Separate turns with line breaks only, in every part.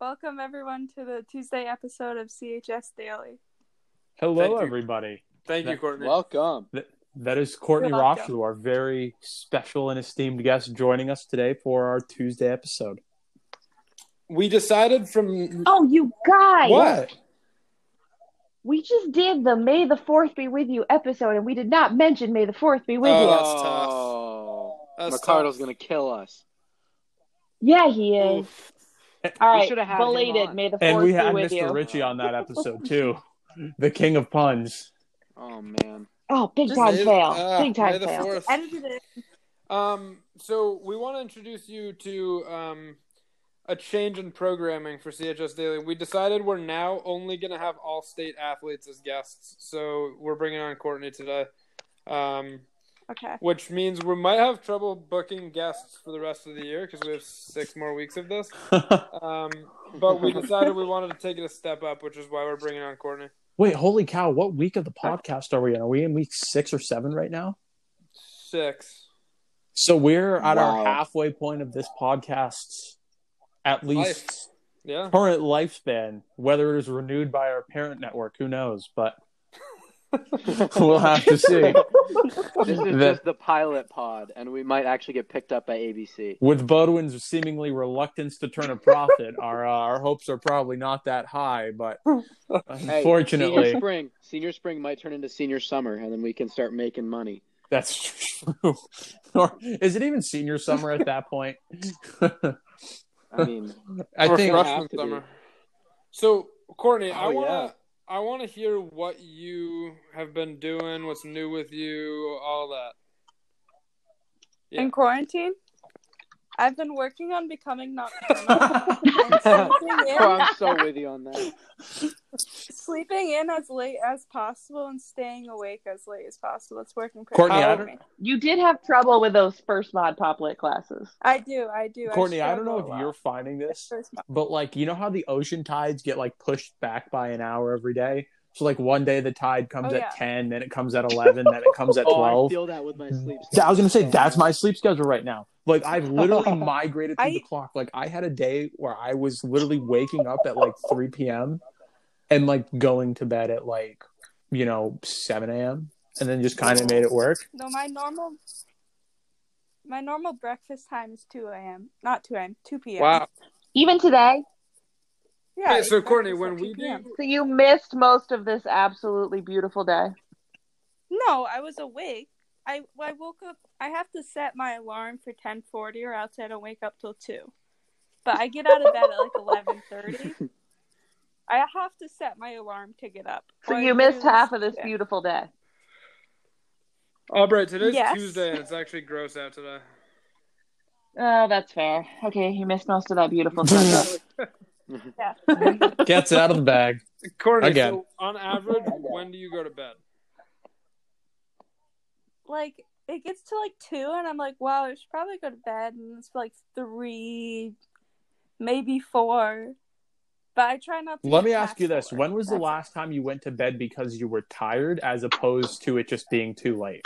Welcome, everyone, to the Tuesday episode of CHS Daily.
Hello,
Thank you.
everybody.
Thank you,
That-
Courtney.
Welcome.
That is Courtney
You're welcome.
Rothschild, our very special and esteemed guest, joining us today for our Tuesday episode.
We decided from
Oh, you guys!
what?
We just did the May the Fourth Be With You episode, and we did not mention May the Fourth Be With
Oh.
You.
that's tough. That's
Ricardo's
tough.
gonna kill us.
Yeah, he is.
Oof.
All
We
right,
should have had him
belated
on.
May the Fourth
And we had
Be With
Mr.
You.
Ritchie on that episode, too. the king of puns.
Oh man.
Oh, big
Just
time
May-
fail!
uh,
big
May
time
the
fail!
Fourth.
Edited it.
Um, so we want to introduce you to um, a change in programming for CHS Daily. We decided we're now only going to have all state athletes as guests, so we're bringing on Courtney today, um,
Okay.
which means we might have trouble booking guests for the rest of the year because we have six more weeks of this. Um, but we decided we wanted to take it a step up, which is why we're bringing on Courtney.
Wait, holy cow, what week of the podcast are we in? Are we in week six or seven right now?
Six.
So we're at
Wow.
our halfway point of this podcast's at least
Yeah.
current lifespan. Whether it is renewed by our parent network, who knows? But we'll have to see.
This is
The-
just the pilot pod, and we might actually get picked up by ABC.
with Bodwin's seemingly reluctance to turn a profit, our uh, our hopes are probably not that high. But
Hey,
unfortunately,
senior spring, senior spring might turn into senior summer, and then we can start making money.
that's true. or is it even senior summer at that point?
I mean,
I
Or
think
Right.
freshman
Have to be.
summer. So Courtney, I
Oh,
wanna
yeah.
I wanna hear what you have been doing, what's new with you, all that. Yeah.
In quarantine, I've been working on becoming nocturnal. and sleeping,
oh,
in,
I'm so with you on that.
sleeping in as late as possible and staying awake as late as possible. It's working pretty
Courtney,
well
I
for
don't-
me.
You did have trouble with those first mod pop lit classes.
I do. I do.
Courtney, I don't know
struggle a
if
lot.
you're finding this,
First month.
but like you know how the ocean tides get like pushed back by an hour every day. So like one day the tide comes
Oh,
at
yeah.
ten, then it comes at eleven, then it comes at
Oh,
twelve.
I feel that with my sleep.
I was gonna say
schedule.
that's my sleep schedule right now. Like I've literally migrated through
I-
the clock. Like I had a day where I was literally waking up at like 3 p.m. and like going to bed at like you know 7 a.m. and then just kind of made it work.
No, my normal. My normal breakfast time is 2 a.m. Not 2 a.m., 2 p.m.
Wow.
Even today,
Yeah.
Okay, so
it's
Courtney,
breakfast
when
at
we
2 p.m.
so you missed most of this absolutely beautiful day.
No, I was awake. I I woke up. I have to set my alarm for ten forty, or else I don't wake up till two. But I get out of bed at like eleven thirty. I have to set my alarm to get up.
So
or
you missed
it's-
half of this
yeah.
beautiful day.
Albright, Oh, today's
Yes.
Tuesday and it's actually gross out today.
Oh, that's fair. Okay, you missed most of that beautiful stuff.
Gets it out of the bag.
Courtney,
Again.
so on average, when do you go to bed?
Like it gets to like two, and I'm like, wow, I should probably go to bed. And it's like three, maybe four. But I try not to.
Let
get
me ask
past
you this:
four.
When was the
That's-
last time you went to bed because you were tired, as opposed to it just being too late?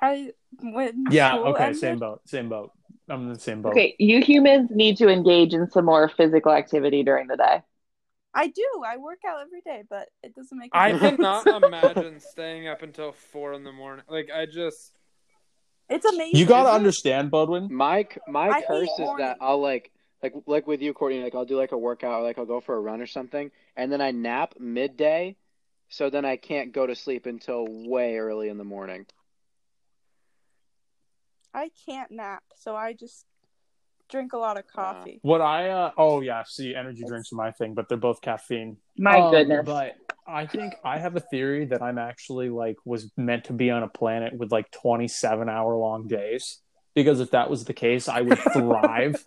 I when
Yeah.
school
Okay.
ended-
Same boat. Same boat. I'm in the same boat.
okay, you humans need to engage in some more physical activity during the day.
I do. I work out every day, but it doesn't make.
I
any
cannot imagine staying up until four in the morning. Like I just
It's amazing.
You gotta
Is it-
understand, Bodwin.
My c- my
I hate
curse is
morning.
that I'll like like like with you, Courtney. Like I'll do like a workout, or like I'll go for a run or something, and then I nap midday, so then I can't go to sleep until way early in the morning.
I can't nap, so I just drink a lot of coffee.
What I uh, oh yeah, see, energy drinks are my thing, but they're both caffeine.
My
Um,
goodness.
But I think I have a theory that I'm actually like was meant to be on a planet with like 27 hour long days because if that was the case, I would thrive.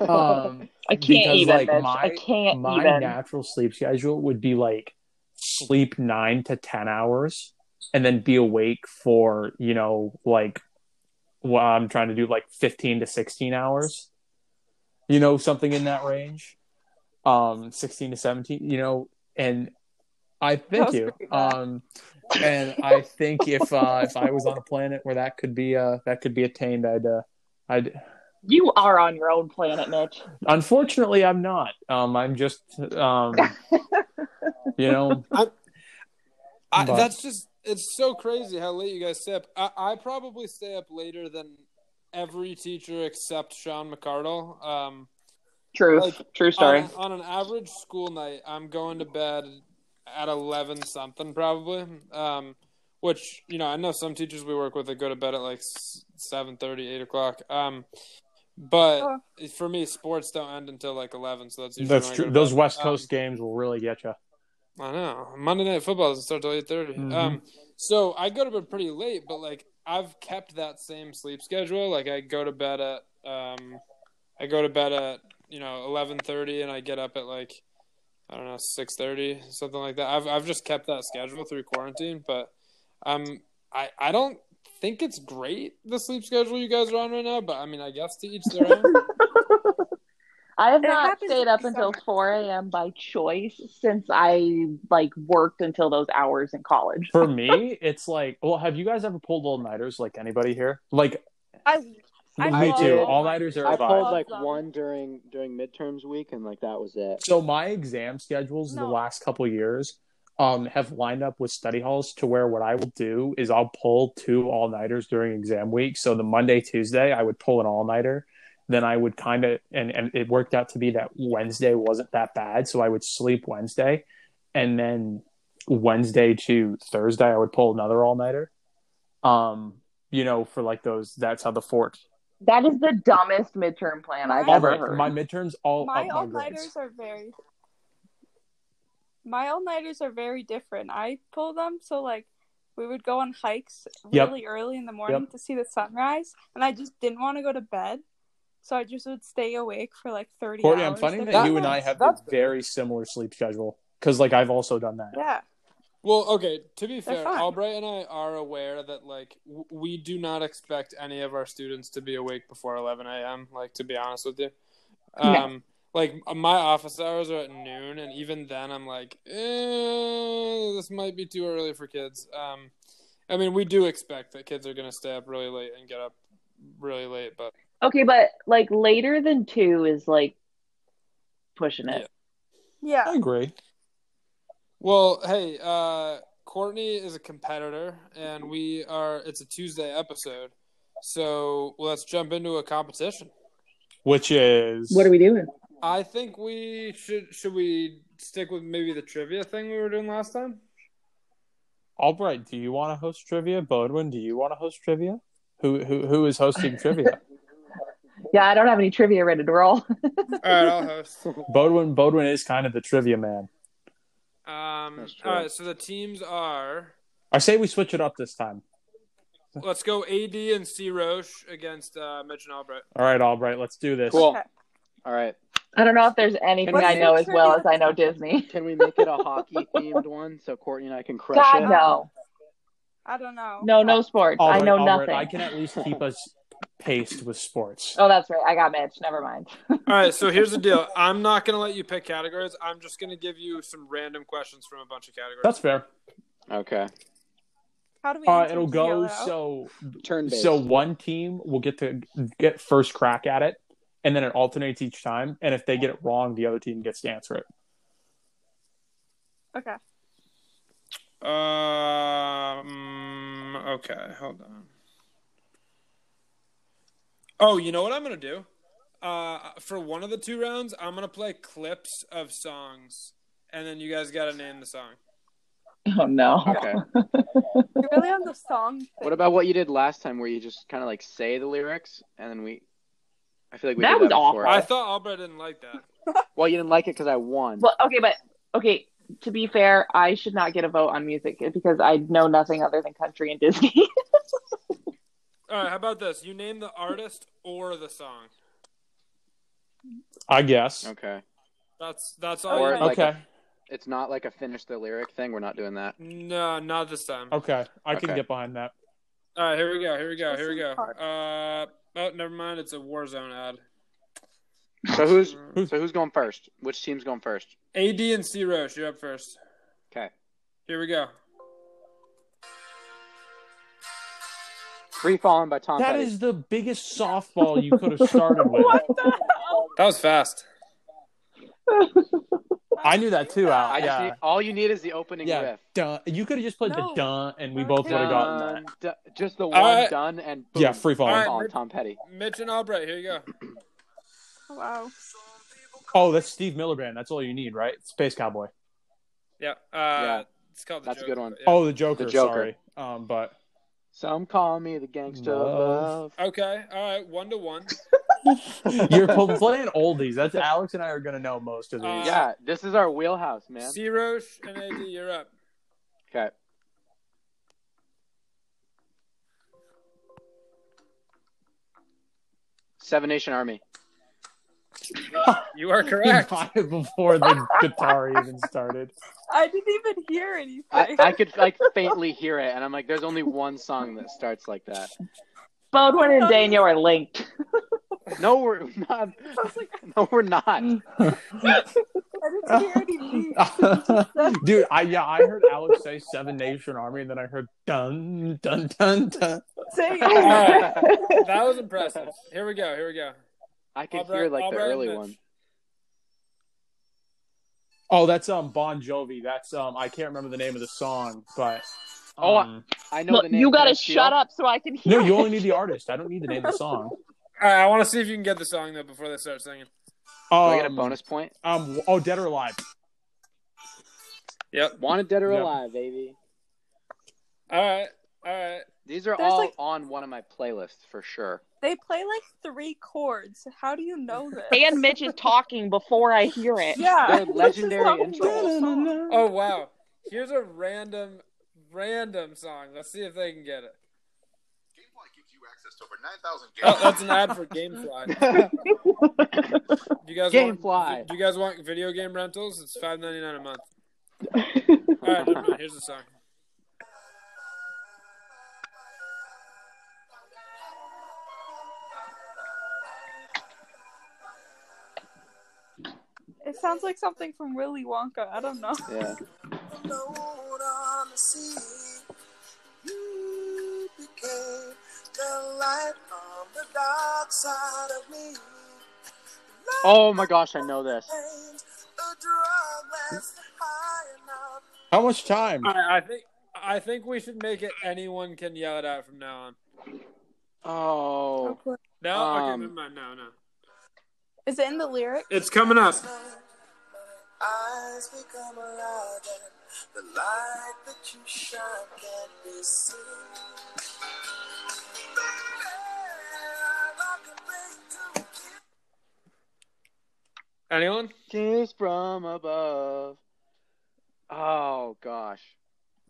um,
I can't
because,
even.
like,
bitch.
my-
I can't
my
even.
natural sleep schedule would be like sleep nine to 10 hours and then be awake for, you know, like what I'm trying to do, like 15 to 16 hours, you know, something in that range, um, 16 to 17, you know, and I thank
was
you.
pretty bad.
Um, and I think if, uh, if I was on a planet where that could be, uh, that could be attained, I'd, uh, I'd,
You are on your own planet, Mitch.
Unfortunately, I'm not. Um, I'm just, um, you know,
I,
But-
that's just it's so crazy how late you guys stay up. I, I probably stay up later than every teacher except Sean McCardle. Um,
Truth.
Like,
True story.
um,
On, on an average school night, I'm going to bed at eleven something probably. Um, which you know, I know some teachers we work with that go to bed at like s- 7:30, 8 o'clock. Um, but
Oh.
for me, sports don't end until like eleven, so that's usually
that's
when I
true.
go to
Those
bed.
West
Um,
Coast games will really get you.
I know. Monday night football doesn't start till eight
Mhm.
Um, so I go to bed pretty late, but like I've kept that same sleep schedule. Like I go to bed at um, I go to bed at you know eleven thirty, and I get up at like I don't know six thirty, something like that. I've I've just kept that schedule through quarantine, but um, I I don't think it's great the sleep schedule you guys are on right now. But I mean, I guess to each their own.
I have
It
not
happens
stayed up
every
until
summer.
4 a.m. by choice since I like worked until those hours in college.
For me, it's like, well, have you guys ever pulled all nighters like anybody here? Like,
I, I
me
love
too.
did.
All nighters are
I
a vibe.
pulled like
Awesome.
one during during midterms week, and like that was it.
So my exam schedules the
No.
last couple years um, have lined up with study halls to where what I will do is I'll pull two all nighters during exam week. So the Monday Tuesday I would pull an all nighter. Then I would kind of and and it worked out to be that Wednesday wasn't that bad, so I would sleep Wednesday, and then Wednesday to Thursday I would pull another all nighter. Um, you know, for like those. That's how the fort.
That is the dumbest midterm plan I've
My-
ever
my,
heard.
my midterms all
my
up my
all
grades.
nighters are very my all nighters are very different. I pull them so like we would go on hikes
Yep.
really early in the morning to see the sunrise, and I just didn't want to go to bed, so I just would stay awake for like thirty
Courtney,
hours.
I'm finding that,
They're
you
kind
and
of-
I have a
that's-
very similar sleep schedule because, like, I've also done that.
yeah.
Well, okay. To be
They're
fair,
fine.
Albright and I are aware that like w- we do not expect any of our students to be awake before 11 a.m. Like to be honest with you,
No.
um, like my office hours are at noon, and even then, I'm like, eh, this might be too early for kids. Um, I mean, we do expect that kids are going to stay up really late and get up really late, but
Okay, but like later than two is like pushing it.
Yeah.
agree.
Well, hey, uh, Courtney is a competitor, and we are. It's a Tuesday episode, so let's jump into a competition.
Which is
What are we doing?
I think we should should we stick with maybe the trivia thing we were doing last time.
Albright? Do you want to host trivia? Bodwin, do you want to host trivia? Who who who is hosting trivia?
Yeah, I don't have any trivia ready to roll.
All right, I'll host.
Bodwin Bodwin is kind of the trivia man.
Um,
That's true.
all right, so the teams are.
I say we switch it up this time.
Let's go AD and C Roche against uh, Mitch and Albright.
All right, Albright, let's do this.
Cool.
Okay.
All right.
I don't know if there's anything
What's
I know
the
as well as
trivia?
I know Disney.
Can we make it a hockey themed one so Courtney and I can crush
God,
it?
no.
I don't know.
No, no sports.
Albright,
I know
Albright,
nothing.
I can at least keep us paced with sports.
Oh, that's right. I got Mitch. Never mind.
All right, so here's the deal. I'm not gonna let you pick categories. I'm just gonna give you some random questions from a bunch of categories.
That's fair.
Okay.
How do we?
Uh,
answer
it'll
each
go
other?
so
Turn based.
So one team will get to get first crack at it, and then it alternates each time. And if they get it wrong, the other team gets to answer it.
Okay.
Um. Okay, hold on. Oh, you know what I'm gonna do? Uh, for one of the two rounds, I'm gonna play clips of songs, and then you guys gotta name the song.
Oh no.
Okay.
You're really on the song. Thing.
What about what you did last time, where you just kind of like say the lyrics and then we? I feel like we
That
did
was
that before.
awful.
I thought Albright didn't like that.
Well, you didn't like it because I won.
Well, okay, but okay. To be fair, I should not get a vote on music because I know nothing other than country and Disney.
All right, how about this? You name the artist or the song.
I guess.
okay.
That's that's all. Oh, you
Or
Okay.
need.
Okay. Okay.
It's not like a finish the lyric thing. We're not doing that.
No, not this time.
I can
Okay.
get behind that.
All right, here we go. Here we go. Here we go.
This is
Uh, oh, never mind. It's a Warzone ad.
So who's so who's going first? Which team's going first?
AD and C Roche, you're up first.
Okay.
Here we go.
Free Falling by Tom
That
Petty.
is the biggest softball you could have started with.
What the hell?
That was fast.
I knew that too, Al.
I just
Yeah.
need, all you need is the opening
Yeah.
riff.
Duh. You could have just played
No.
the duh, and we
Okay.
both would have gotten that.
Done, du- just the one
All right.
done and boom,
Yeah, free fall.
All right.
Falling, Tom Petty.
Mitch and Albright, here you go.
Wow.
Oh, that's Steve Miller Band. That's all you need, right? Space Cowboy.
Yeah. Uh,
Yeah.
It's called the
That's a
Joker,
good one.
but
Oh, the Joker.
The Joker.
Sorry. Um, but
Some call me the gangster
Love.
love.
yeah. Okay. All right. One to one.
you're pl- playing oldies. That's Alex and I are gonna know most of these.
Uh,
Yeah, this is our wheelhouse, man.
C. Roche and AD, you're up.
Okay. Seven Nation Army.
You are
He
correct.
got it before the guitar even started.
I didn't even hear anything.
I, I could like faintly hear it, and I'm like, there's only one song that starts like that.
Bodwin and Daniel are linked.
No, we're not.
was like,
No, we're not.
I didn't hear any beats.
Dude, I yeah, I heard Alex say Seven Nation Army, and then I heard dun dun dun dun.
Say
All
it.
right. That was impressive. Here we go. Here we go.
I could
Albright-
hear like the
Albright and
early
Mitch.
one.
Oh, that's um Bon Jovi. That's um I can't remember the name of the song, but
Oh, I-
um,
I know
Look,
the name.
you
Can I
gotta
steal?
shut up so I can hear.
no, you only need the artist. I don't need the name of the song.
All right. I want to see if you can get the song though before they start singing.
Do
Oh,
I get a bonus point?
Um, oh, Dead or Alive.
Yep.
Wanted Dead or
Yeah.
Alive, baby.
All right. All right.
These are
There's,
all
like-
on one of my playlists for sure.
They play like three chords. How do you know this?
And Mitch is talking before I hear it.
Yeah.
They're legendary
This is not a real song.
Oh wow. Here's a random, random song. Let's see if they can get it.
Gamefly gives you access to over 9,000 games.
Oh, that's an ad for GameFly. Do you guys
Gamefly.
Want, do you guys want video game rentals? It's five ninety nine a month. All right, never mind. here's the song.
It sounds like something from Willy Wonka. I don't know.
yeah.
You became the light on the dark side of me.
Oh my gosh, I know this.
A drug that's high enough.
How much time?
I, I think I think we should make it anyone can yell it out from now on.
Oh,
No, okay,
Um,
never mind. No, no,
Is it in the lyric?
it's coming up.
My eyes become alive and the light that you shine can't be seen.
Anyone?
kiss from above. Oh gosh,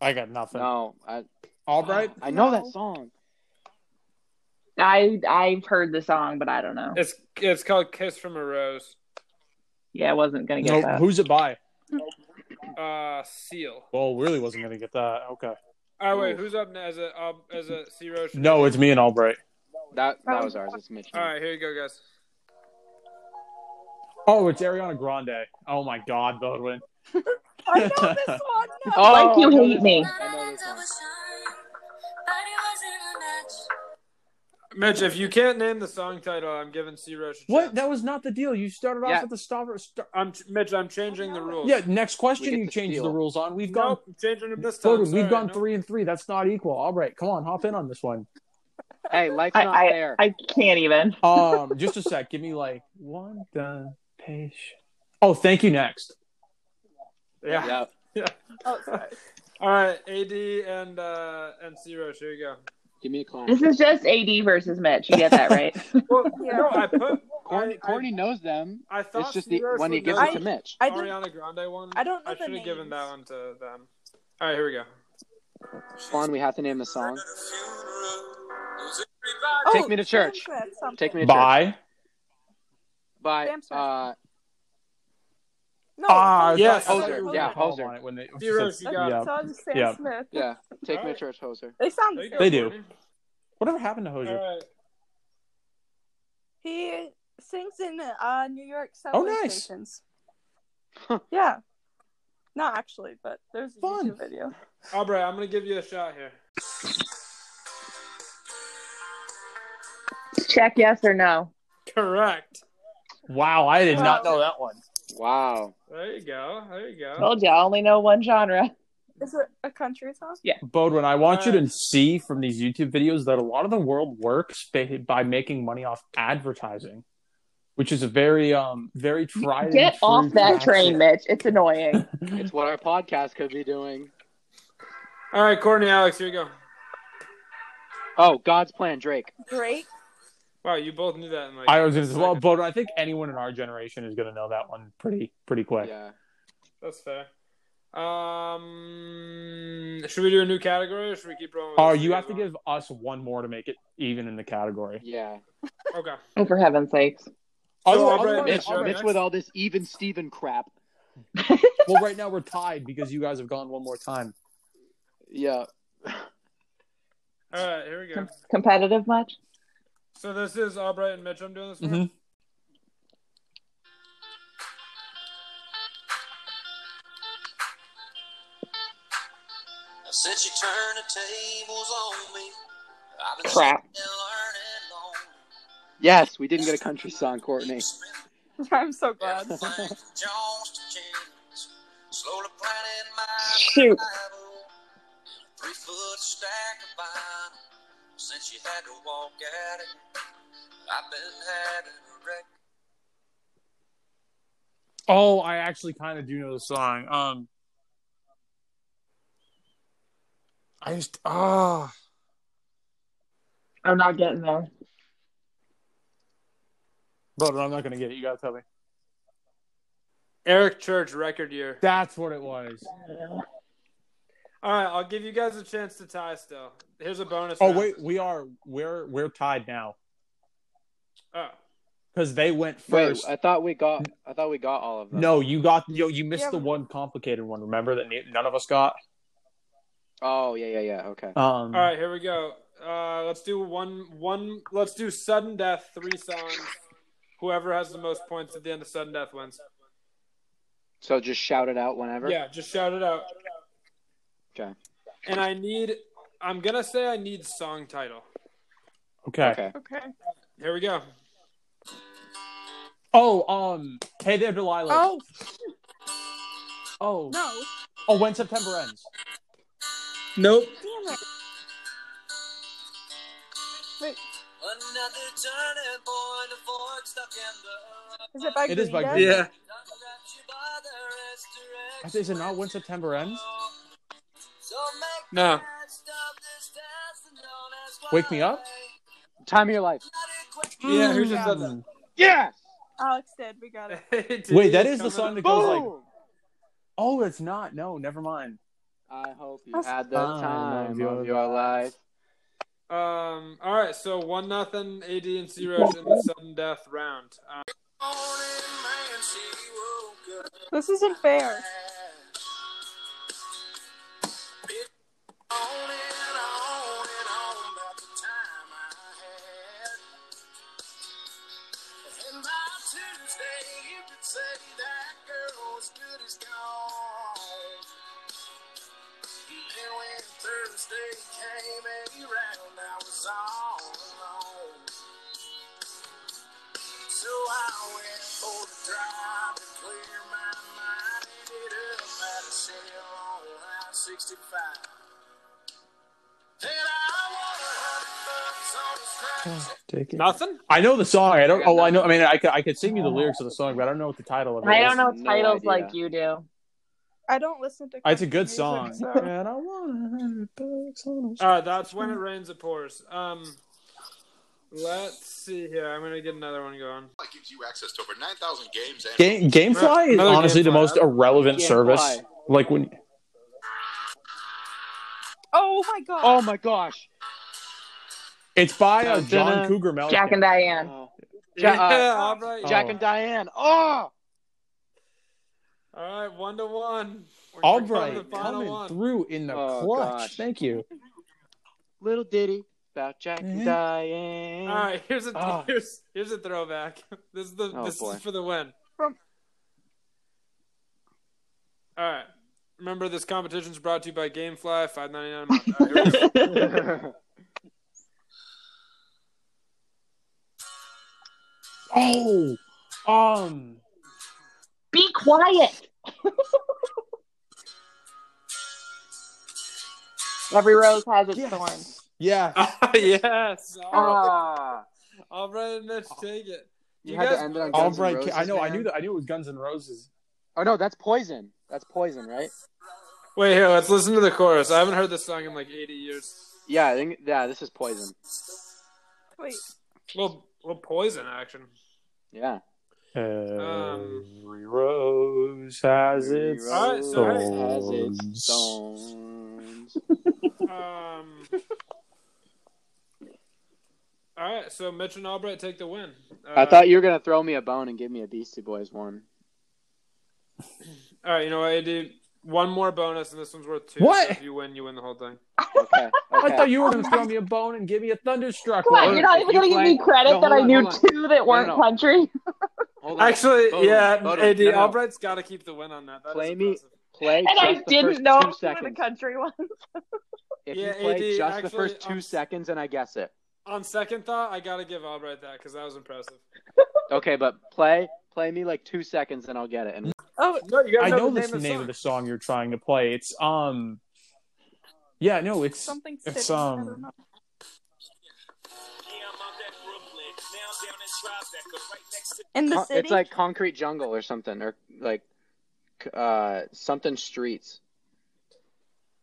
I got nothing.
no, I
Albright.
I know that song.
I I've heard the song, but I don't know.
It's it's called "Kiss from a Rose."
Yeah, I wasn't gonna get
No,
that.
who's it by?
Uh, Seal.
Well, really wasn't gonna get that. Okay.
All right, wait, who's up now? Is it uh, is it C Roche?
No, it's me and Albright.
That that was ours. It's Mitch.
All right, here you go, guys.
Oh, it's Ariana Grande. Oh my God, Bodwin.
I know this one. No.
Oh,
Like you
I know
hate
this
me.
one. I know this one.
Mitch, if you can't name the song title, I'm giving C Roche. a
What?
chance.
That was not the deal. You started off
Yeah.
with the stopper. Star-
I'm Mitch. I'm changing the rules.
yeah. Next
We
question.
get
You
to
changed
steal.
the rules on. We've gone.
Nope, I'm changing them this time.
Bodwin,
Sorry,
we've gone
no.
three and three. That's not equal. Albright, come on, hop in on this one.
Hey, life's
I,
not fair.
I I can't even.
Um, just a sec. Give me like one done page. Oh, thank you. Next.
Yeah.
yeah.
Oh, sorry.
All right, AD and uh, and C Roche. Here you go.
Give me a clown.
This is just AD versus Mitch. You get that right?
Well,
Yeah.
no, I put
Corny,
I- I-
Corny knows them.
I thought
It's just
C.
the
Roche
when he
would
gives
know
it to
the
Mitch.
I didn't.
Ariana Grande one.
I don't know
I
the
should have given
names.
that one to them. All right, here we go.
Juan, we have to name the song.
Oh,
Take me to church.
Sam said something.
Take me to church.
Bye.
By
Sam Smith.
uh,
No,
Oh,
Ah,
Hoser.
yes.
Hoser,
Hoser,
Hoser.
yeah.
called
Hoser.
on it when they-
C. Roche,
That's
you got.
Yeah.
it.
what I saw, Sam
Yeah.
Smith.
yeah, take me
Alright.
to church, hoser.
They sound
There you
the
go,
same.
They do.
Courtney.
Whatever happened to
All
Hosier?
right.
He sings in uh, New York subway
Oh, nice.
stations.
Huh.
Yeah. Not actually, but there's a
Fun.
YouTube video.
Aubrey, I'm gonna give you a shot here.
Just check yes or no.
Correct.
Wow, I did not know that one.
Wow.
There you go. There you
Oh.
go.
Told you, I only know one genre.
Is it a country song?
Bodwin, I want you to see from these YouTube videos that a lot of the world works ba- by making money off advertising, which is a very, um, very tried. and
Get
true
off that
tactic.
train, Mitch. It's annoying.
It's what our podcast could be doing.
All right, Courtney, Alex, here you go.
Oh, God's plan, Drake.
Drake.
Wow, you both knew that. In like
I was going to
a
say, well,
second.
Bodwin, I think anyone in our generation is going to know that one pretty, pretty quick.
Yeah.
That's fair. Um, should we do a new category or should we keep rolling? with
Or
this
Uh, Oh, you
as
have to
well?
give us one more to make it even in the category.
Yeah.
Okay.
Oh, For heaven's sakes.
So,
Other-
I'll bring-
otherwise-
Mitch, uh,
all right,
Mitch
next.
with all this even Steven crap.
well, right now we're tied because you guys have gone one more time.
Yeah.
All right, here we go.
Com- competitive much?
So this is Albright and Mitch. I'm doing this one.
Mhm.
Since you turned the tables on me, I've been
Crap.
sitting and learning long.
Yes, we didn't get a country song, Courtney.
I'm so glad.
Everything from Jones to Jennings, slowly planning my
Shoot.
Bible. Three foot stack of Bible. Since you had to walk out it, I've been having a wreck.
Oh, I actually kind of do know the song. Um, I just ah,
I'm not getting there.
but I'm not gonna get it. You gotta tell me.
Eric Church record year.
That's what it was.
All right, I'll give you guys a chance to tie. Still, here's a bonus.
Oh
round.
wait, we are we're we're tied now
Oh,
because they went
Wait,
first.
I thought we got I thought we got all of them.
no, you got yo, you missed
Yeah.
the one complicated one. Remember that ne- none of us got.
Oh yeah, yeah, yeah. Okay.
Um,
all right, here we go. Uh, let's do one, one. Let's do sudden death. Three songs. Whoever has the most points at the end of sudden death wins.
So just shout it out whenever.
Yeah, just shout it out.
Okay.
And I need. I'm gonna say I need song title.
Okay.
Okay.
Okay.
Here we go.
Oh, um, hey there, Delilah.
Oh
oh,
no!
oh, when September ends.
Nope.
Damn it! Wait,
Another turning point, a fork stuck in
is
the road.
it by
It is by
Green Day?
Green Day.
Nothing left you by the rest
I say, Is it not when September ends?
So make
No.
your hands stop this dance and don't ask why.
Wake me up?
Time of your life.
Not a question.
Yeah, who just said
Mm. Hmm.
that?
Yes.
Alex did. We got it.
Wait, that is the song that goes like,
Boom!
"Oh, it's not." No, never mind.
I hope you
That's-
had the
Time of
time
your
of your life.
Um. All right. So one nothing. AD and C Rose in the sudden death round. Um,
Morning, man, she woke up.
This isn't fair.
Been on and on and on about the time I had. And by Tuesday, you could say that girl was good as gone. And when Thursday came around, I was all alone. So I went for the drive to clear my mind. Ended up at a sale on Route 65. Then I won a hundred bucks on the scratch.
nothing.
I know the song. I don't.
I got
Oh, I know. I mean, I could, I could sing you the lyrics of the song, but I don't know what the title of it is.
I don't know
No
titles
idea.
like you do.
I don't listen to.
It's a good
country music,
song. Uh,
so-
And I want a hundred bucks on a-
All right. Uh, That's when it rains. It pours. Um. Let's see here. I'm gonna get another one going.
That gives you access to over 9,000 games and
Game, GameFly is
Another
honestly the
GameFly.
most irrelevant
GameFly.
service. Like when
Oh my god!
Oh
Um,
my gosh.
it's by uh, John
Dun-dun.
Cougar Mellencamp.
Jack and Diane.
Oh.
Yeah.
Ja- uh,
all right.
Oh.
Jack and Diane. Oh.
All right. One to one. We're
All
coming to
right,
the final
coming
one.
through in the
Oh,
clutch.
gosh.
Thank you.
Little ditty about Jack
Mhm.
and Diane.
All right. Here's a
Ah.
here's here's a throwback. This is the
Oh,
this
boy.
is for the win.
From-
All right. Remember, this competition is brought to you by GameFly. Five ninety nine a month. All right, here we go.
oh
Oh, um,
Be quiet. Every rose has its thorn.
yes, yeah.
yes.
Ah,
All right, Mitch,
oh.
take it.
you,
You
had
guys-
to end it on Guns
All
N'
right,
Roses,
I know, I knew
man?
that, I knew it was Guns N' Roses.
Oh no, that's poison. That's poison, right?
Wait, here, let's listen to the chorus. I haven't heard this song in like 80 years.
Yeah, I think yeah, this is poison.
Wait,
Well, well, poison action.
Yeah.
Um,
Every rose has its
Alright, so hey.
Has its
thorns.
thorns.
Uh,
Um. All right, so Mitch and Albright take the win. Uh,
I thought you were gonna throw me a bone and give me a Beastie Boys one.
All right, you know what, AD? One more bonus, and this one's worth two.
What?
So if you win, you win the whole thing.
Okay.
I
okay.
thought you were going to throw me a bone and give me a thunderstruck.
Come on,
Well,
one.
you're not
if
even
you
going to give
play-
me credit
No,
that
hold
I
on,
knew
hold on.
two that weren't
no.
country.
Hold on.
Actually,
Boom,
yeah,
boom.
AD
No, no.
Albright's got to keep the win on that. That is
Play me-
impressive.
Play
And I
just the first
didn't know
two
it were the
seconds.
country one.
If
Yeah,
you play
AD,
just the
actually,
first 2
I'm-
seconds and I guess it.
On second thought, I got to give Albright that because that was impressive.
Okay, but play play me like two seconds and I'll get it. And
oh,
No, you got
I
to
know
the
this
name,
name
of
of
the
the
song.
song you're trying to play. It's um, yeah, no, it's
something
it's,
sitting. I
um,
don't know.
Yeah, I'm out that Brooklyn. Now I'm down in Tribeca, right next to
In the
Con-
city.
it's like concrete jungle or something or like c- uh something streets.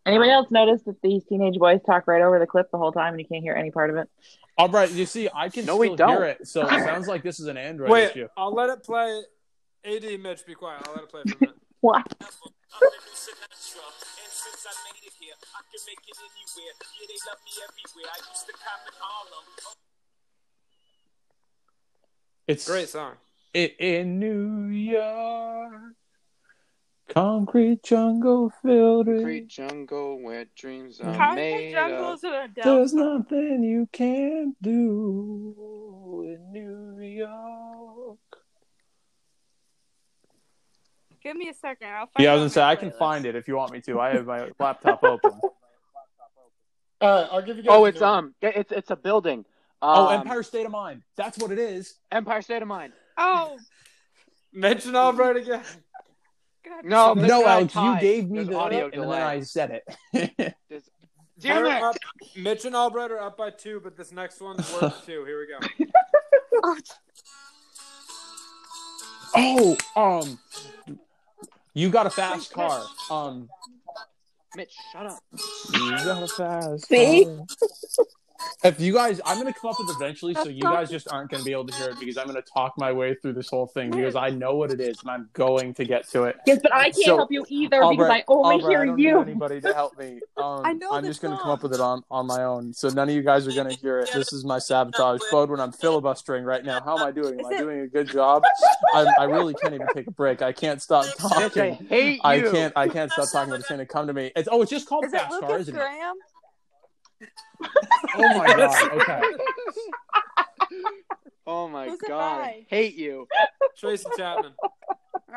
Anybody else notice that these teenage boys talk right over the clip the whole time and you can't hear any part of it?
all right. You see, I can
No, we
still
don't.
hear it, so it sounds like this is an Android
Wait,
issue.
I'll let it play. AD, Mitch, be quiet. I'll let it play for a minute.
What?
I'm the new Sinatra, and since I made it here, I can make it anywhere. Yeah, they love me everywhere. I used to cop in Harlem.
It's
Great song.
It, in New York, concrete jungle filled
Concrete
with.
jungle where dreams are
Concrete
made
jungles and a
There's nothing you can't do in New York.
Give me a second. I'll find
Yeah, I
it
was gonna
on
say
my
I can
playlist.
find it if you want me to. I have my laptop open.
All right, I'll give you guys.
Oh,
a
it's
new one.
um, it's it's a building.
oh,
Um,
Empire State of Mind. That's what it is.
Empire State of Mind.
Oh,
Mitch and Albright again.
God.
No,
So
this
Um, no,
guy
Alex,
tied.
you gave me
There's
the
audio
and
delay.
then I said it.
There's- Damn
We're
it!
up- Mitch and Albright are up by two, but this next one's worth two. Here we go.
oh, um, you got a fast car. Um,
Mitch, shut up.
you got a fast
See?
car. If you guys, I'm gonna come up with eventually, so you guys just aren't gonna be able to hear it because I'm gonna talk my way through this whole thing because I know what it is and I'm going to get to it.
Yes, but I can't
So-
help you either because
Albright,
I only
Albright, I
hear
don't
you.
need anybody to help me. Um,
I know
I'm
the
just going to come
song.
up with it on, on my own. So none of you guys are going to hear it. This is my sabotage mode when I'm filibustering right now. How am I doing? Am
Is
I
it-
doing a good job? I, I really can't even take a break. I can't stop
Mitch, I
talking.
hate you.
I can't. I can't stop talking. But it's going to come to me. It's oh, it's just called
Is it
Fast Car,
Lucas
isn't it?
Graham?
Oh my god. Okay.
Oh my
Who's it
god, I
by?
hate you.
Tracy Chapman.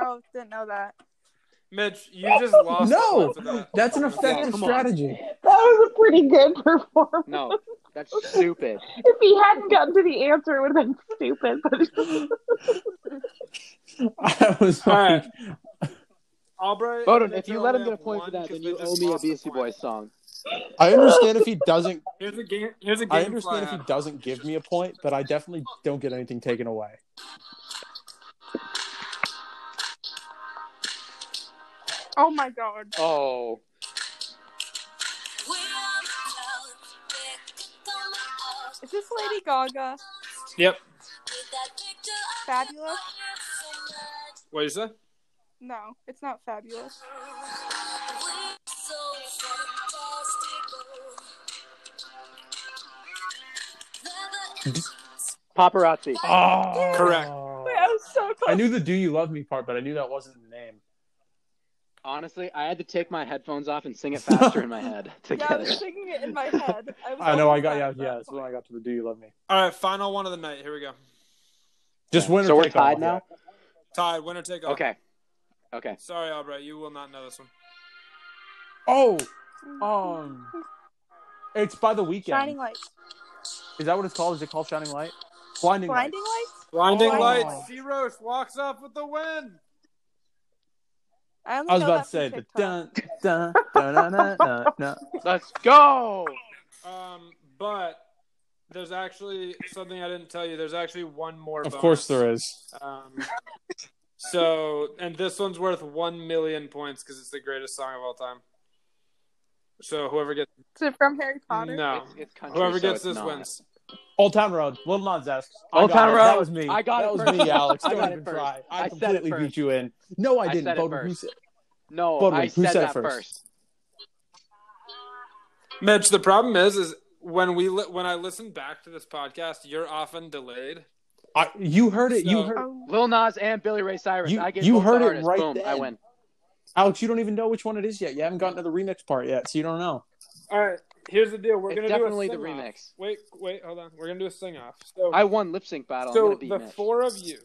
Oh, didn't know that.
Mitch, you just lost.
No!
the clip for that.
That's an
Yeah,
effective
come on.
strategy.
That was a pretty good performance.
No, that's stupid.
If he hadn't gotten to the answer, it would have been stupid. But
I was
All
like,
right. Albright.
Bowden,
Mitch
if you let him
only
get a
have
point for
one
that,
'cause
then
they
you
just
owe me a
lost the
Beastie
point.
Boys song.
I understand if he doesn't.
Here's a game. Here's a game.
I understand if he doesn't give me a point, but I definitely don't get anything taken away.
Oh my god.
Oh,
Is this Lady Gaga?
Yep.
Fabulous?
What you say?
No, it's not fabulous.
paparazzi.
Oh,
Correct.
Wait, I was so close.
I knew the "Do You Love Me" part, but I knew that wasn't the name.
Honestly, I had to take my headphones off and sing it faster in my head to
yeah, I
get
was
it.
singing it in my head. I, was "Oh,
I know. I
almost
got
at
yeah,
that
yeah. That's
point.
when I got to the "Do You Love Me."
All right. Final one of the night. Here we go.
Just
Yeah.
winner
So we're
take all,
tied now.
Tied. Winner take all.
Okay, okay.
Sorry, Albright. You will not know this one.
yeah. Oh, um, it's by the weekend.
Shining Lights.
Is that what it's called? Is it called Shining Light? Blinding,
Blinding
lights.
lights?
Blinding
Oh.
lights. Shirosh walks off with the win.
I, only
I was
know
about
that
to
from
say the
TikTok.
dun dun dun dun dun dun. dun.
Let's go.
Um, but there's actually something I didn't tell you. There's actually one more.
Of course there is.
Um, so, and this one's worth one million points because it's the greatest song of all time. So whoever gets
Is it from Harry
Mm.
Potter?
no,
It's, it's country,
whoever
so
gets
it's
this
not.
wins.
Old Town Road, Little Nas X. I
Old
got
Town
it.
Road.
That was me.
I got
that
it
was
first.
me, Alex.
I
Don't
got
even
it first.
try. I,
I said it
completely
first.
beat you in. No, I
I
didn't.
said it
Bodwin, who
first.
said-
No,
Bodwin,
I
who
said
said
that
first?
first.
Mitch, the problem is, is when we li- when I listen back to this podcast, you're often delayed.
I, you heard it. You
So-
heard.
Oh,
Lil Nas and Billy Ray Cyrus.
You-
I get
you
both
heard
the
it
artists.
right
Boom, I
then.
win.
Alex, you don't even know which one it is yet. You haven't gotten to the remix part yet, so you don't know.
All right, here's the deal. We're
It's
gonna
definitely
do
the
a sing-off.
remix.
Wait, wait, hold on. We're gonna do a sing off. So
I won lip sync battle. I'm
So
gonna beat
the
Mitch.
four of you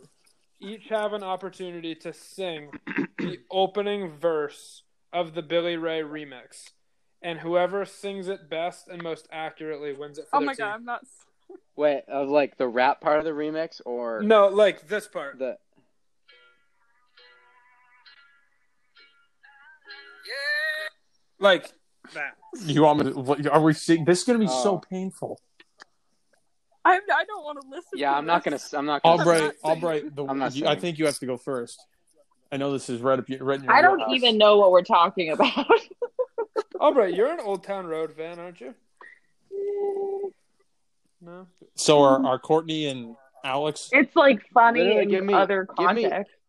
each have an opportunity to sing the opening verse of the Billy Ray remix, and whoever sings it best and most accurately wins it. For
oh
their
my god,
team.
I'm not. s-
Wait, of like the rap part of the remix or
No, like this part.
the
Like that.
You want me? To, what- are we seeing? This is going to be so
Oh.
painful.
I'm, I don't want to listen.
yeah?
to
I'm not
this.
gonna. I'm not gonna.
Aubrey-
Albright,
not saying-
Albright. The,
I'm not
you, I
saying.
think you have to go first. I know this is right up your. Right in your
I don't
wheelhouse.
even know what we're talking about.
Albright, you're an Old Town Road fan, aren't you? No.
So are, are Courtney and Alex?
it's like funny
Literally,
in
give me-
other
give me-
context.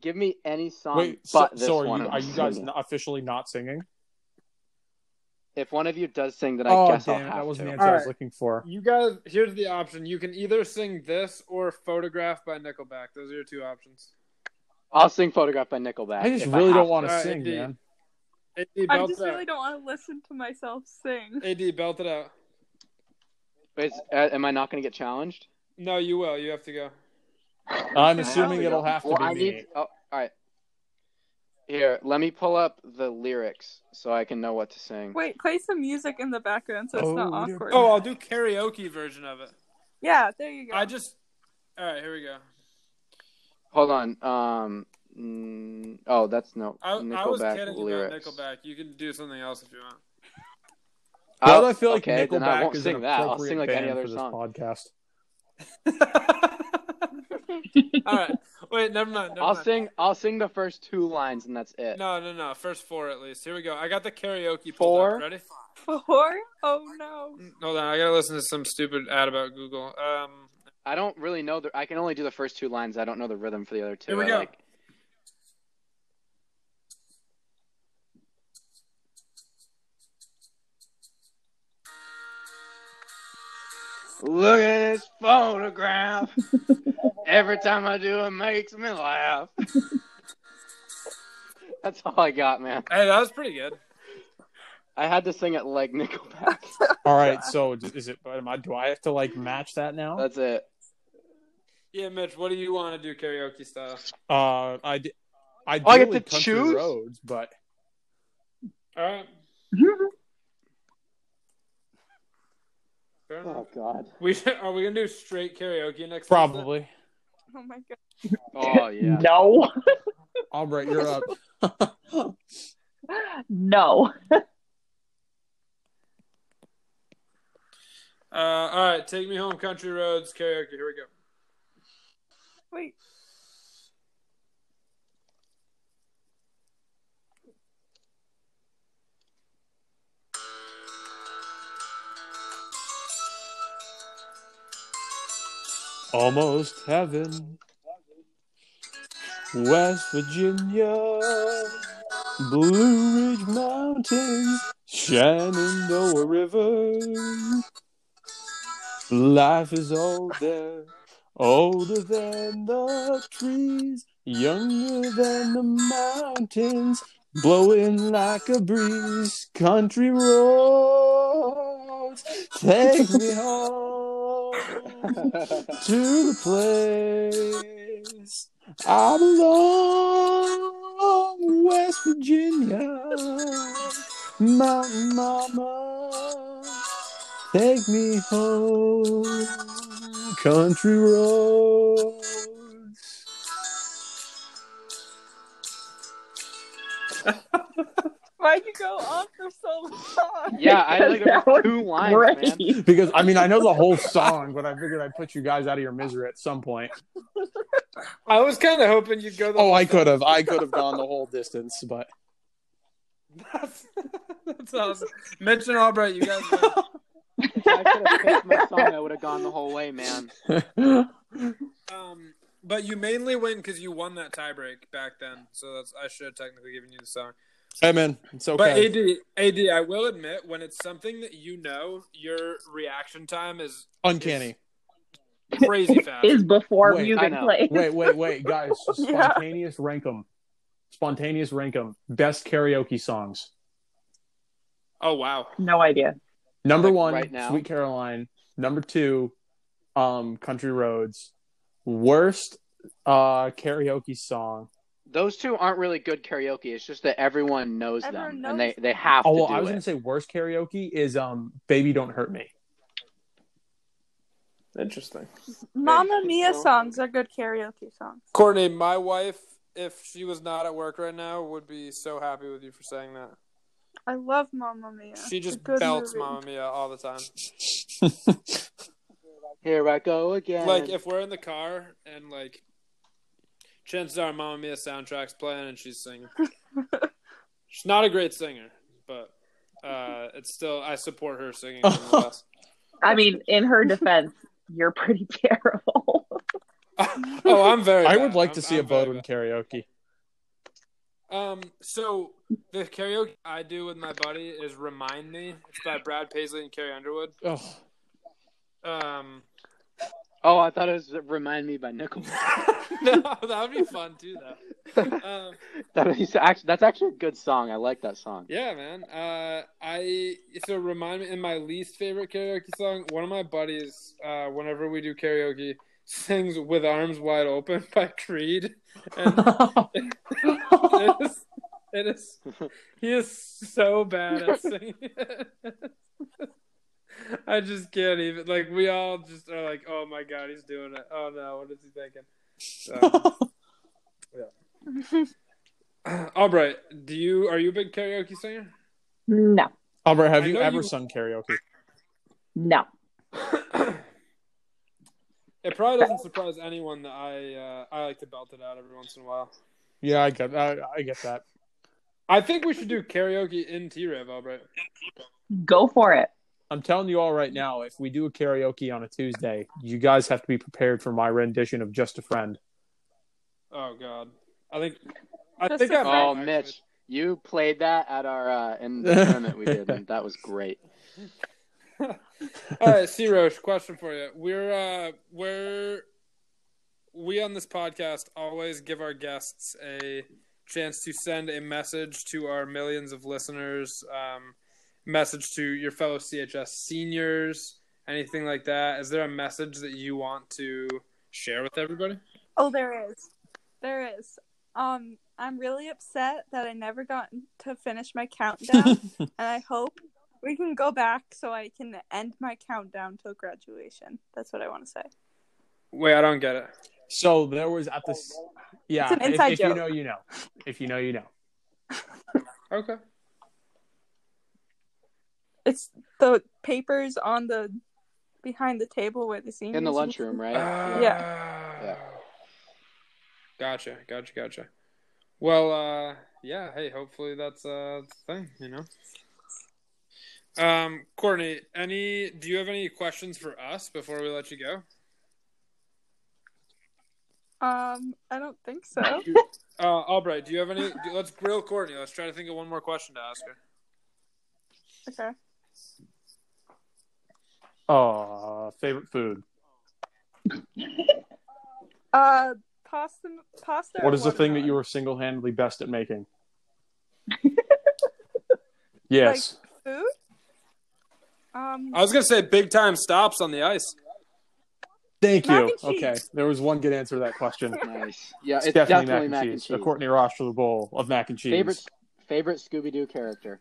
Give me any song
Wait, so,
but this
so are
one.
you?
and
Are
I'll
you guys
sing it.
not officially not singing?
If one of you does sing, then I
oh
guess I'll
damn it!
have
That wasn't the
to.
answer I was
Alright.
looking for.
You guys, here's the option. You can either sing this or Photograph by Nickelback. Those are your two options.
I'll sing "Photograph" by Nickelback.
I just
if
really
have
don't want to
Alright,
sing,
indeed.
man.
AD,
I
belt
just
it out.
really don't want to listen to myself sing.
AD, belt it out.
to. Is- uh, am I not going to get challenged?
No, you will. You have to go.
I'm
Hell
assuming
yeah.
it'll have to
Well,
be
I
me.
need. Oh, all right. Here, let me pull up the lyrics so I can know what to sing.
Wait, play some music in the background so it's not
Oh, yeah.
awkward.
Oh, I'll do karaoke version of it.
yeah, there you go.
I just. All right, here we go.
Hold on. Um. mm, oh, that's no
I, I was
Nickelback
kidding
lyrics.
about Nickelback. You can do something else if you want.
Why
Oh,
do I feel like
okay, then I
Nickelback
won't
is
sing
an
that. I'll
appropriate
sing like
band
any other
for this
song.
podcast?
all right. Wait, never mind. Never
I'll
mind.
sing. I'll sing the first two lines, and that's it.
No, no, no. First four at least. Here we go. I got the karaoke pulled
Four?
up. Ready?
Four? Oh no.
Hold on. I gotta listen to some stupid ad about Google. Um.
I don't really know. The, I can only do the first two lines. I don't know the rhythm for the other two.
Here we
I
go.
like- Look at this photograph. Every time I do, it makes me laugh. That's all I got, man.
Hey, that was pretty good.
I had to sing it like Nickelback.
All right, so d- is it? Am I, do I have to like match that now?
That's it.
Yeah, Mitch. What do you want to do karaoke style?
Uh, I d- I
Oh, I get to
country
choose?
roads, but
All right. Fair enough.
Oh God.
We are we gonna do straight karaoke next?
probably.
Oh my god.
Oh yeah.
No,
All right, you're up.
no.
Uh, all right, take me home, country roads karaoke. Here we go.
Wait.
Almost heaven, West Virginia, Blue Ridge Mountains, Shenandoah River. Life is older, older than the trees, younger than the mountains, blowing like a breeze. Country roads, take me home to the place I belong, West Virginia, Mountain Mama. Take me home country roads.
Why'd you go on for so long?
Yeah, I like
That
over
was
two lines, man.
Great.
Because I mean, I know the whole song, but I figured I'd put you guys out of your misery at some point.
I was kind of hoping you'd go. The
Oh, I could have, I could have gone the whole distance, but
That's, that's awesome. Mitch and Albright, you guys. win.
If I could have picked my song, I would have gone the whole way, man.
Um, but you mainly win because you won that tiebreak back then. So that's I should have technically given you the song.
hey, man, it's okay.
But AD, AD, I will admit when it's something that you know, your reaction time is
Uncanny.
crazy fast.
Is before
Wait,
music
I know.
plays.
Wait, wait, wait, guys!
Yeah.
Spontaneous rank 'em. Spontaneous rank 'em. Best karaoke songs.
oh wow!
No idea.
Number
Like,
one,
right now?
Sweet Caroline. Number two, um, Country Roads. Worst uh karaoke song.
Those two aren't really good karaoke. It's just that everyone knows
Everyone
them
knows
and they,
them.
they have
Oh
to
well,
do
I was
it.
gonna say worst karaoke is um "Baby Don't Hurt Me."
Interesting.
Mamma Mia songs are good karaoke songs.
Courtney, my wife, if she was not at work right now, would be so happy with you for saying that.
I love Mamma Mia.
She
It's a
just
good
belts
movie.
Mamma Mia all the time.
Here I go again.
Like if we're in the car and like, chances are Mamma Mia soundtrack's playing and she's singing. she's not a great singer, but uh, it's still I support her singing. nonetheless.
I mean, in her defense, you're pretty terrible.
oh, I'm very.
I
bad.
would like
I'm-
to see
I'm
a
very
vote on
bad.
karaoke.
Um, so the karaoke I do with my buddy is "Remind Me." It's by Brad Paisley and Carrie Underwood.
Ugh.
Um,
oh, I thought it was Remind Me by Nickelback.
no, that would be fun too, though. Um,
That is actually, that's actually a good song. I like that song.
yeah, man. Uh, I so remind me in my least favorite karaoke song. One of my buddies, uh, whenever we do karaoke, sings "With Arms Wide Open" by Creed, and it is, it is he is so bad at singing. I just can't even like we all just are like, oh my god, he's doing it. Oh no, what is he thinking? So, yeah. Albright, do you are you a big karaoke singer?
No,
Albert, have
I
you
know
ever
you-
sung karaoke?
no.
It probably doesn't surprise anyone that I uh, I like to belt it out every once in a while.
Yeah, I get, I, I get that.
I think we should do karaoke in T Rev, Albright.
Go for it.
I'm telling you all right now, if we do a karaoke on a Tuesday, you guys have to be prepared for my rendition of "Just a Friend."
Oh god. I think I
That's
think
so
I
funny.
Oh, Mitch, you played that at our uh, in the tournament we did, and that was great.
All right, C Roche, question for you. We're uh we're we on this podcast always give our guests a chance to send a message to our millions of listeners, um, message to your fellow CHS seniors, anything like that. Is there a message that you want to share with everybody?
Oh, there is. There is. Um, I'm really upset that I never got to finish my countdown, and I hope we can go back so I can end my countdown till graduation. That's what I want to say.
Wait, I don't get it.
So there was at this,
It's
yeah.
an inside
if, if you
joke.
know, you know. If you know, you know.
Okay.
It's the papers on the behind the table where the seniors
In the lunchroom, right?
Uh,
yeah. Gotcha, gotcha, gotcha. Well, uh, yeah, hey, hopefully that's uh, the thing, you know. Um, Courtney, any do you have any questions for us before we let you go?
Um, I don't think so.
Uh, Albright, do you have any? do- let's grill Courtney. Let's try to think of one more question to ask her.
okay.
Oh, favorite food.
Uh, pasta. Pasta.
What is the thing that you were single-handedly best at making? yes.
food? Um,
I was gonna say big time stops on the ice.
Thank
Mac
you.
and cheese.
Okay, there was one good answer to that question.
Yeah. Nice. Yeah, it's
It's
definitely,
definitely, mac and cheese. The Courtney Ross to the bowl of mac and cheese.
Favorite favorite Scooby Doo character.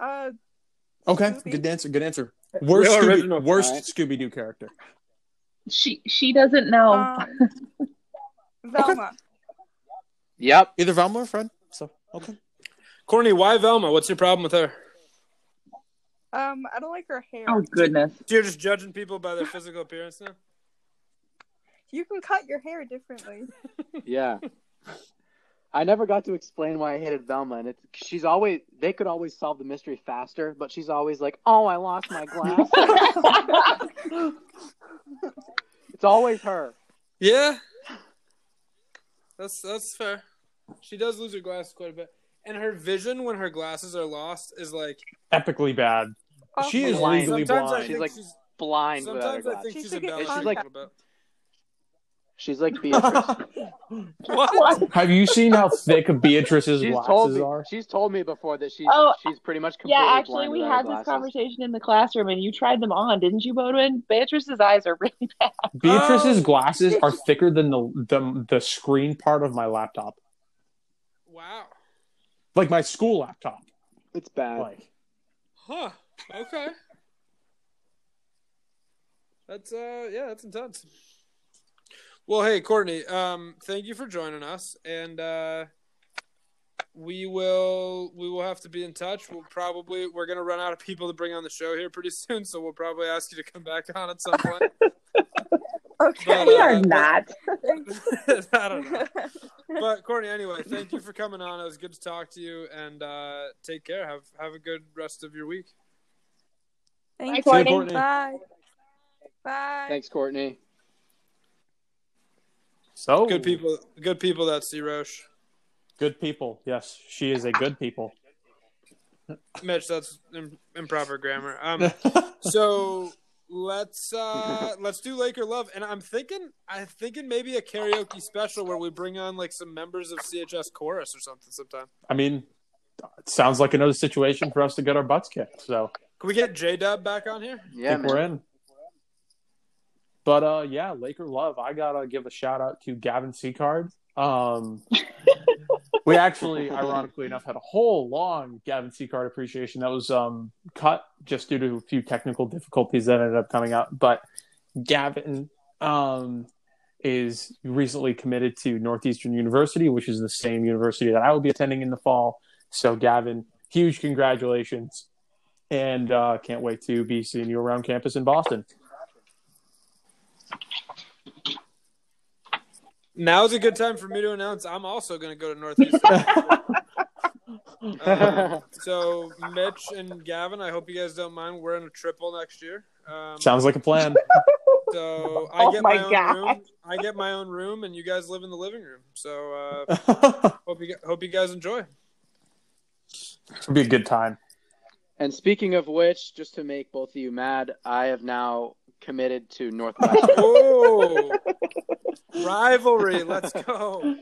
uh,
Okay,
Scooby.
good answer. Good answer. Worst
Real
Scooby,
original.
worst
Alright.
Scooby Doo character.
She she doesn't know.
Um, Velma.
Yep.
Either Velma or Fred. So okay.
Corny, why Velma? What's your problem with her?
Um, I don't like her hair.
oh goodness.
So you're just judging people by their physical appearance now?
You can cut your hair differently.
Yeah. I never got to explain why I hated Velma, and it's she's always they could always solve the mystery faster, but she's always like, "Oh, I lost my glass." it's always her.
Yeah. That's that's fair. She does lose her glasses quite a bit. And her vision when her glasses are lost is like
Epically bad. She is
Awful.
legally
sometimes I
blind.
think
She's like
she's
Blind without her
sometimes I
glass.
think
She
she's
should get
embellishing
contact.
a little bit.
She's like Beatrice.
what? Have you seen how thick Beatrice's
she's told
waxes
me.
are?
She's told me before that she's
Oh,
she's pretty much completely
Yeah, actually,
blind
we
without her
had this
glasses.
conversation in the classroom, and you tried them on, didn't you, Bodwin? Beatrice's eyes are really bad.
Beatrice's
Oh.
glasses are thicker than the, the the screen part of my laptop,
Wow.
like my school laptop.
It's bad.
Like
Huh. Okay. That's uh yeah, that's intense. Well, hey, Courtney, um thank you for joining us and uh we will we will have to be in touch. We'll probably we're going to run out of people to bring on the show here pretty soon, so we'll probably ask you to come back on at some point.
Okay.
We are
not.
I don't know. But Courtney, anyway, thank you for coming on. It was good to talk to you and uh take care. Have have a good rest of your week.
Thank
Bye,
you.
Courtney.
Bye. Bye.
Thanks, Courtney.
so
Good people good people that's C Roche.
Good people. Yes, she is a good people.
Mitch, that's Im- improper grammar. Um, so let's uh let's do Laker Love, and I'm thinking I'm thinking maybe a karaoke special where we bring on like some members of CHS chorus or something sometime.
I mean, it sounds like another situation for us to get our butts kicked. So
Can we get J Dub back on here?
I
Yeah,
think we're
man.
in. But uh, yeah, Laker love. I gotta give a shout out to Gavin Seacard. Um, we actually, ironically enough, had a whole long Gavin Seacard appreciation that was um, cut just due to a few technical difficulties that ended up coming up. But Gavin um, is recently committed to Northeastern University, which is the same university that I will be attending in the fall. So, Gavin, huge congratulations. And uh, can't wait to be seeing you around campus in Boston.
Now's a good time for me to announce I'm also going to go to Northeast. Um, so Mitch and Gavin, I hope you guys don't mind. We're in a triple next year. Um,
Sounds like a plan.
so I
Oh
get
my
my, own
God.
room. I get my own room, and you guys live in the living room. So uh,
It'll
Hope you hope you guys enjoy.
be a good time.
And speaking of which, just to make both of you mad, I have now committed to Northwestern.
Oh, rivalry! Let's go.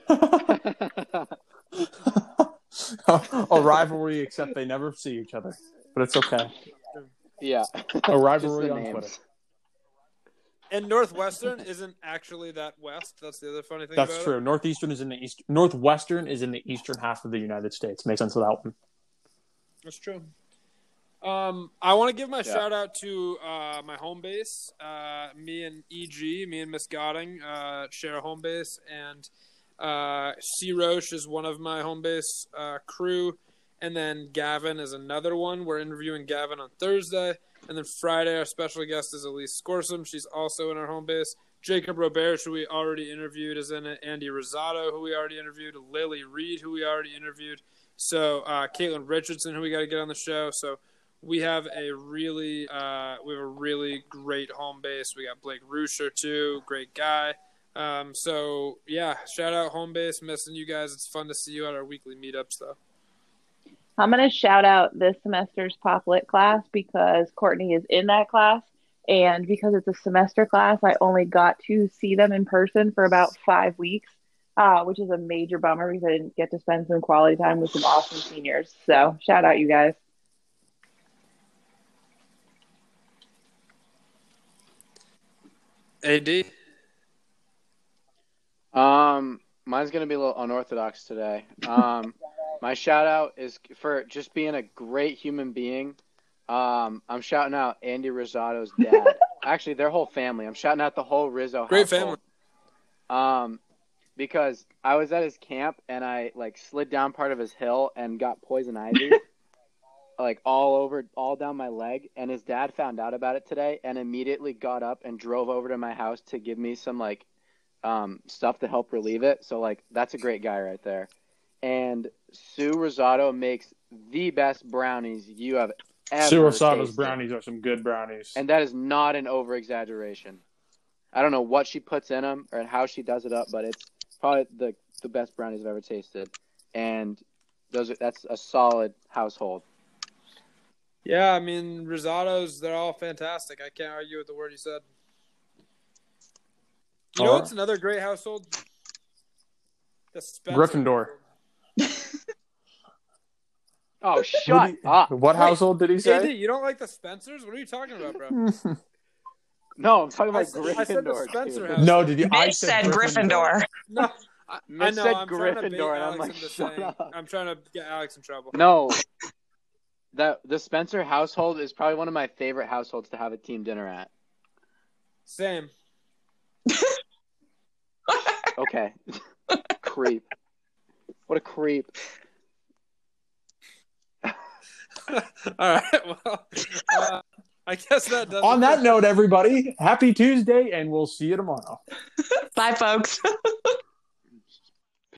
a rivalry, except they never see each other. But it's okay.
yeah.
A
Just
rivalry
the
on
names.
Twitter.
And Northwestern isn't actually that west. That's the other funny thing.
That's
about
true. Northeastern is in the east. Northwestern is in the eastern half of the United States. Makes sense of that one.
It. That's true. Um, I want to give my
Yeah.
shout out to uh, my home base. Uh, me and EG, me and Miss Godding, uh, share a home base, and uh, C Roche is one of my home base uh, crew, and then Gavin is another one. We're interviewing Gavin on Thursday, and then Friday our special guest is Elise Scorsom. She's also in our home base. Jacob Robert, who we already interviewed, is in it. Andy Rosado, who we already interviewed. Lily Reed, who we already interviewed. So uh, Caitlin Richardson, who we got to get on the show. So we have a really uh, we have a really great home base. We got Blake Rusher too, great guy. Um, so yeah, shout out home base, missing you guys. It's fun to see you at our weekly meetups though.
I'm going to shout out this semester's Pop Lit class because Courtney is in that class. And because it's a semester class, I only got to see them in person for about five weeks, uh, which is a major bummer because I didn't get to spend some quality time with some awesome seniors. So shout out, you guys.
Ad,
Um, mine's gonna be a little unorthodox today. Um, my shout out is for just being a great human being. Um, I'm shouting out Andy Rosado's dad. Actually, their whole family. I'm shouting out the whole Rizzo.
Great
household. Um, because I was at his camp and I like slid down part of his hill and got poison ivy, like all over, all down my leg. And his dad found out about it today and immediately got up and drove over to my house to give me some like, um, stuff to help relieve it. So like, that's a great guy right there. And Sue Rosato makes the best brownies you have ever.
Sue Rosato's
tasted.
brownies are some good brownies.
And that is not an over exaggeration. I don't know what she puts in them or how she does it up, but it's probably the the best brownies I've ever tasted. And those are, that's a solid household.
Yeah, I mean risottos, they're all fantastic. I can't argue with the word you said. You know
Alright.
what's another great household? The Spencer.
Gryffindor.
Oh, shut
What do you-
up!
What household did he
AD,
say?
you don't like the Spencers? What are you talking about, bro?
No, I'm talking
I
about
said- I said the
Gryffindor.
Spencer
dude.
house.
no, did you? I
Mitch said Gryffindor.
No, I, I
Mitch
know.
said
I'm trying to bait
Gryffindor, and I'm
Alex
like,
into
shut
saying-
up.
I'm trying to get Alex in trouble.
No, that the Spencer household is probably one of my favorite households to have a team dinner at.
Same.
Okay, creep. What a creep.
All right. Well, uh, I guess that does.
On that note, everybody, happy Tuesday, and we'll see you tomorrow.
Bye, folks.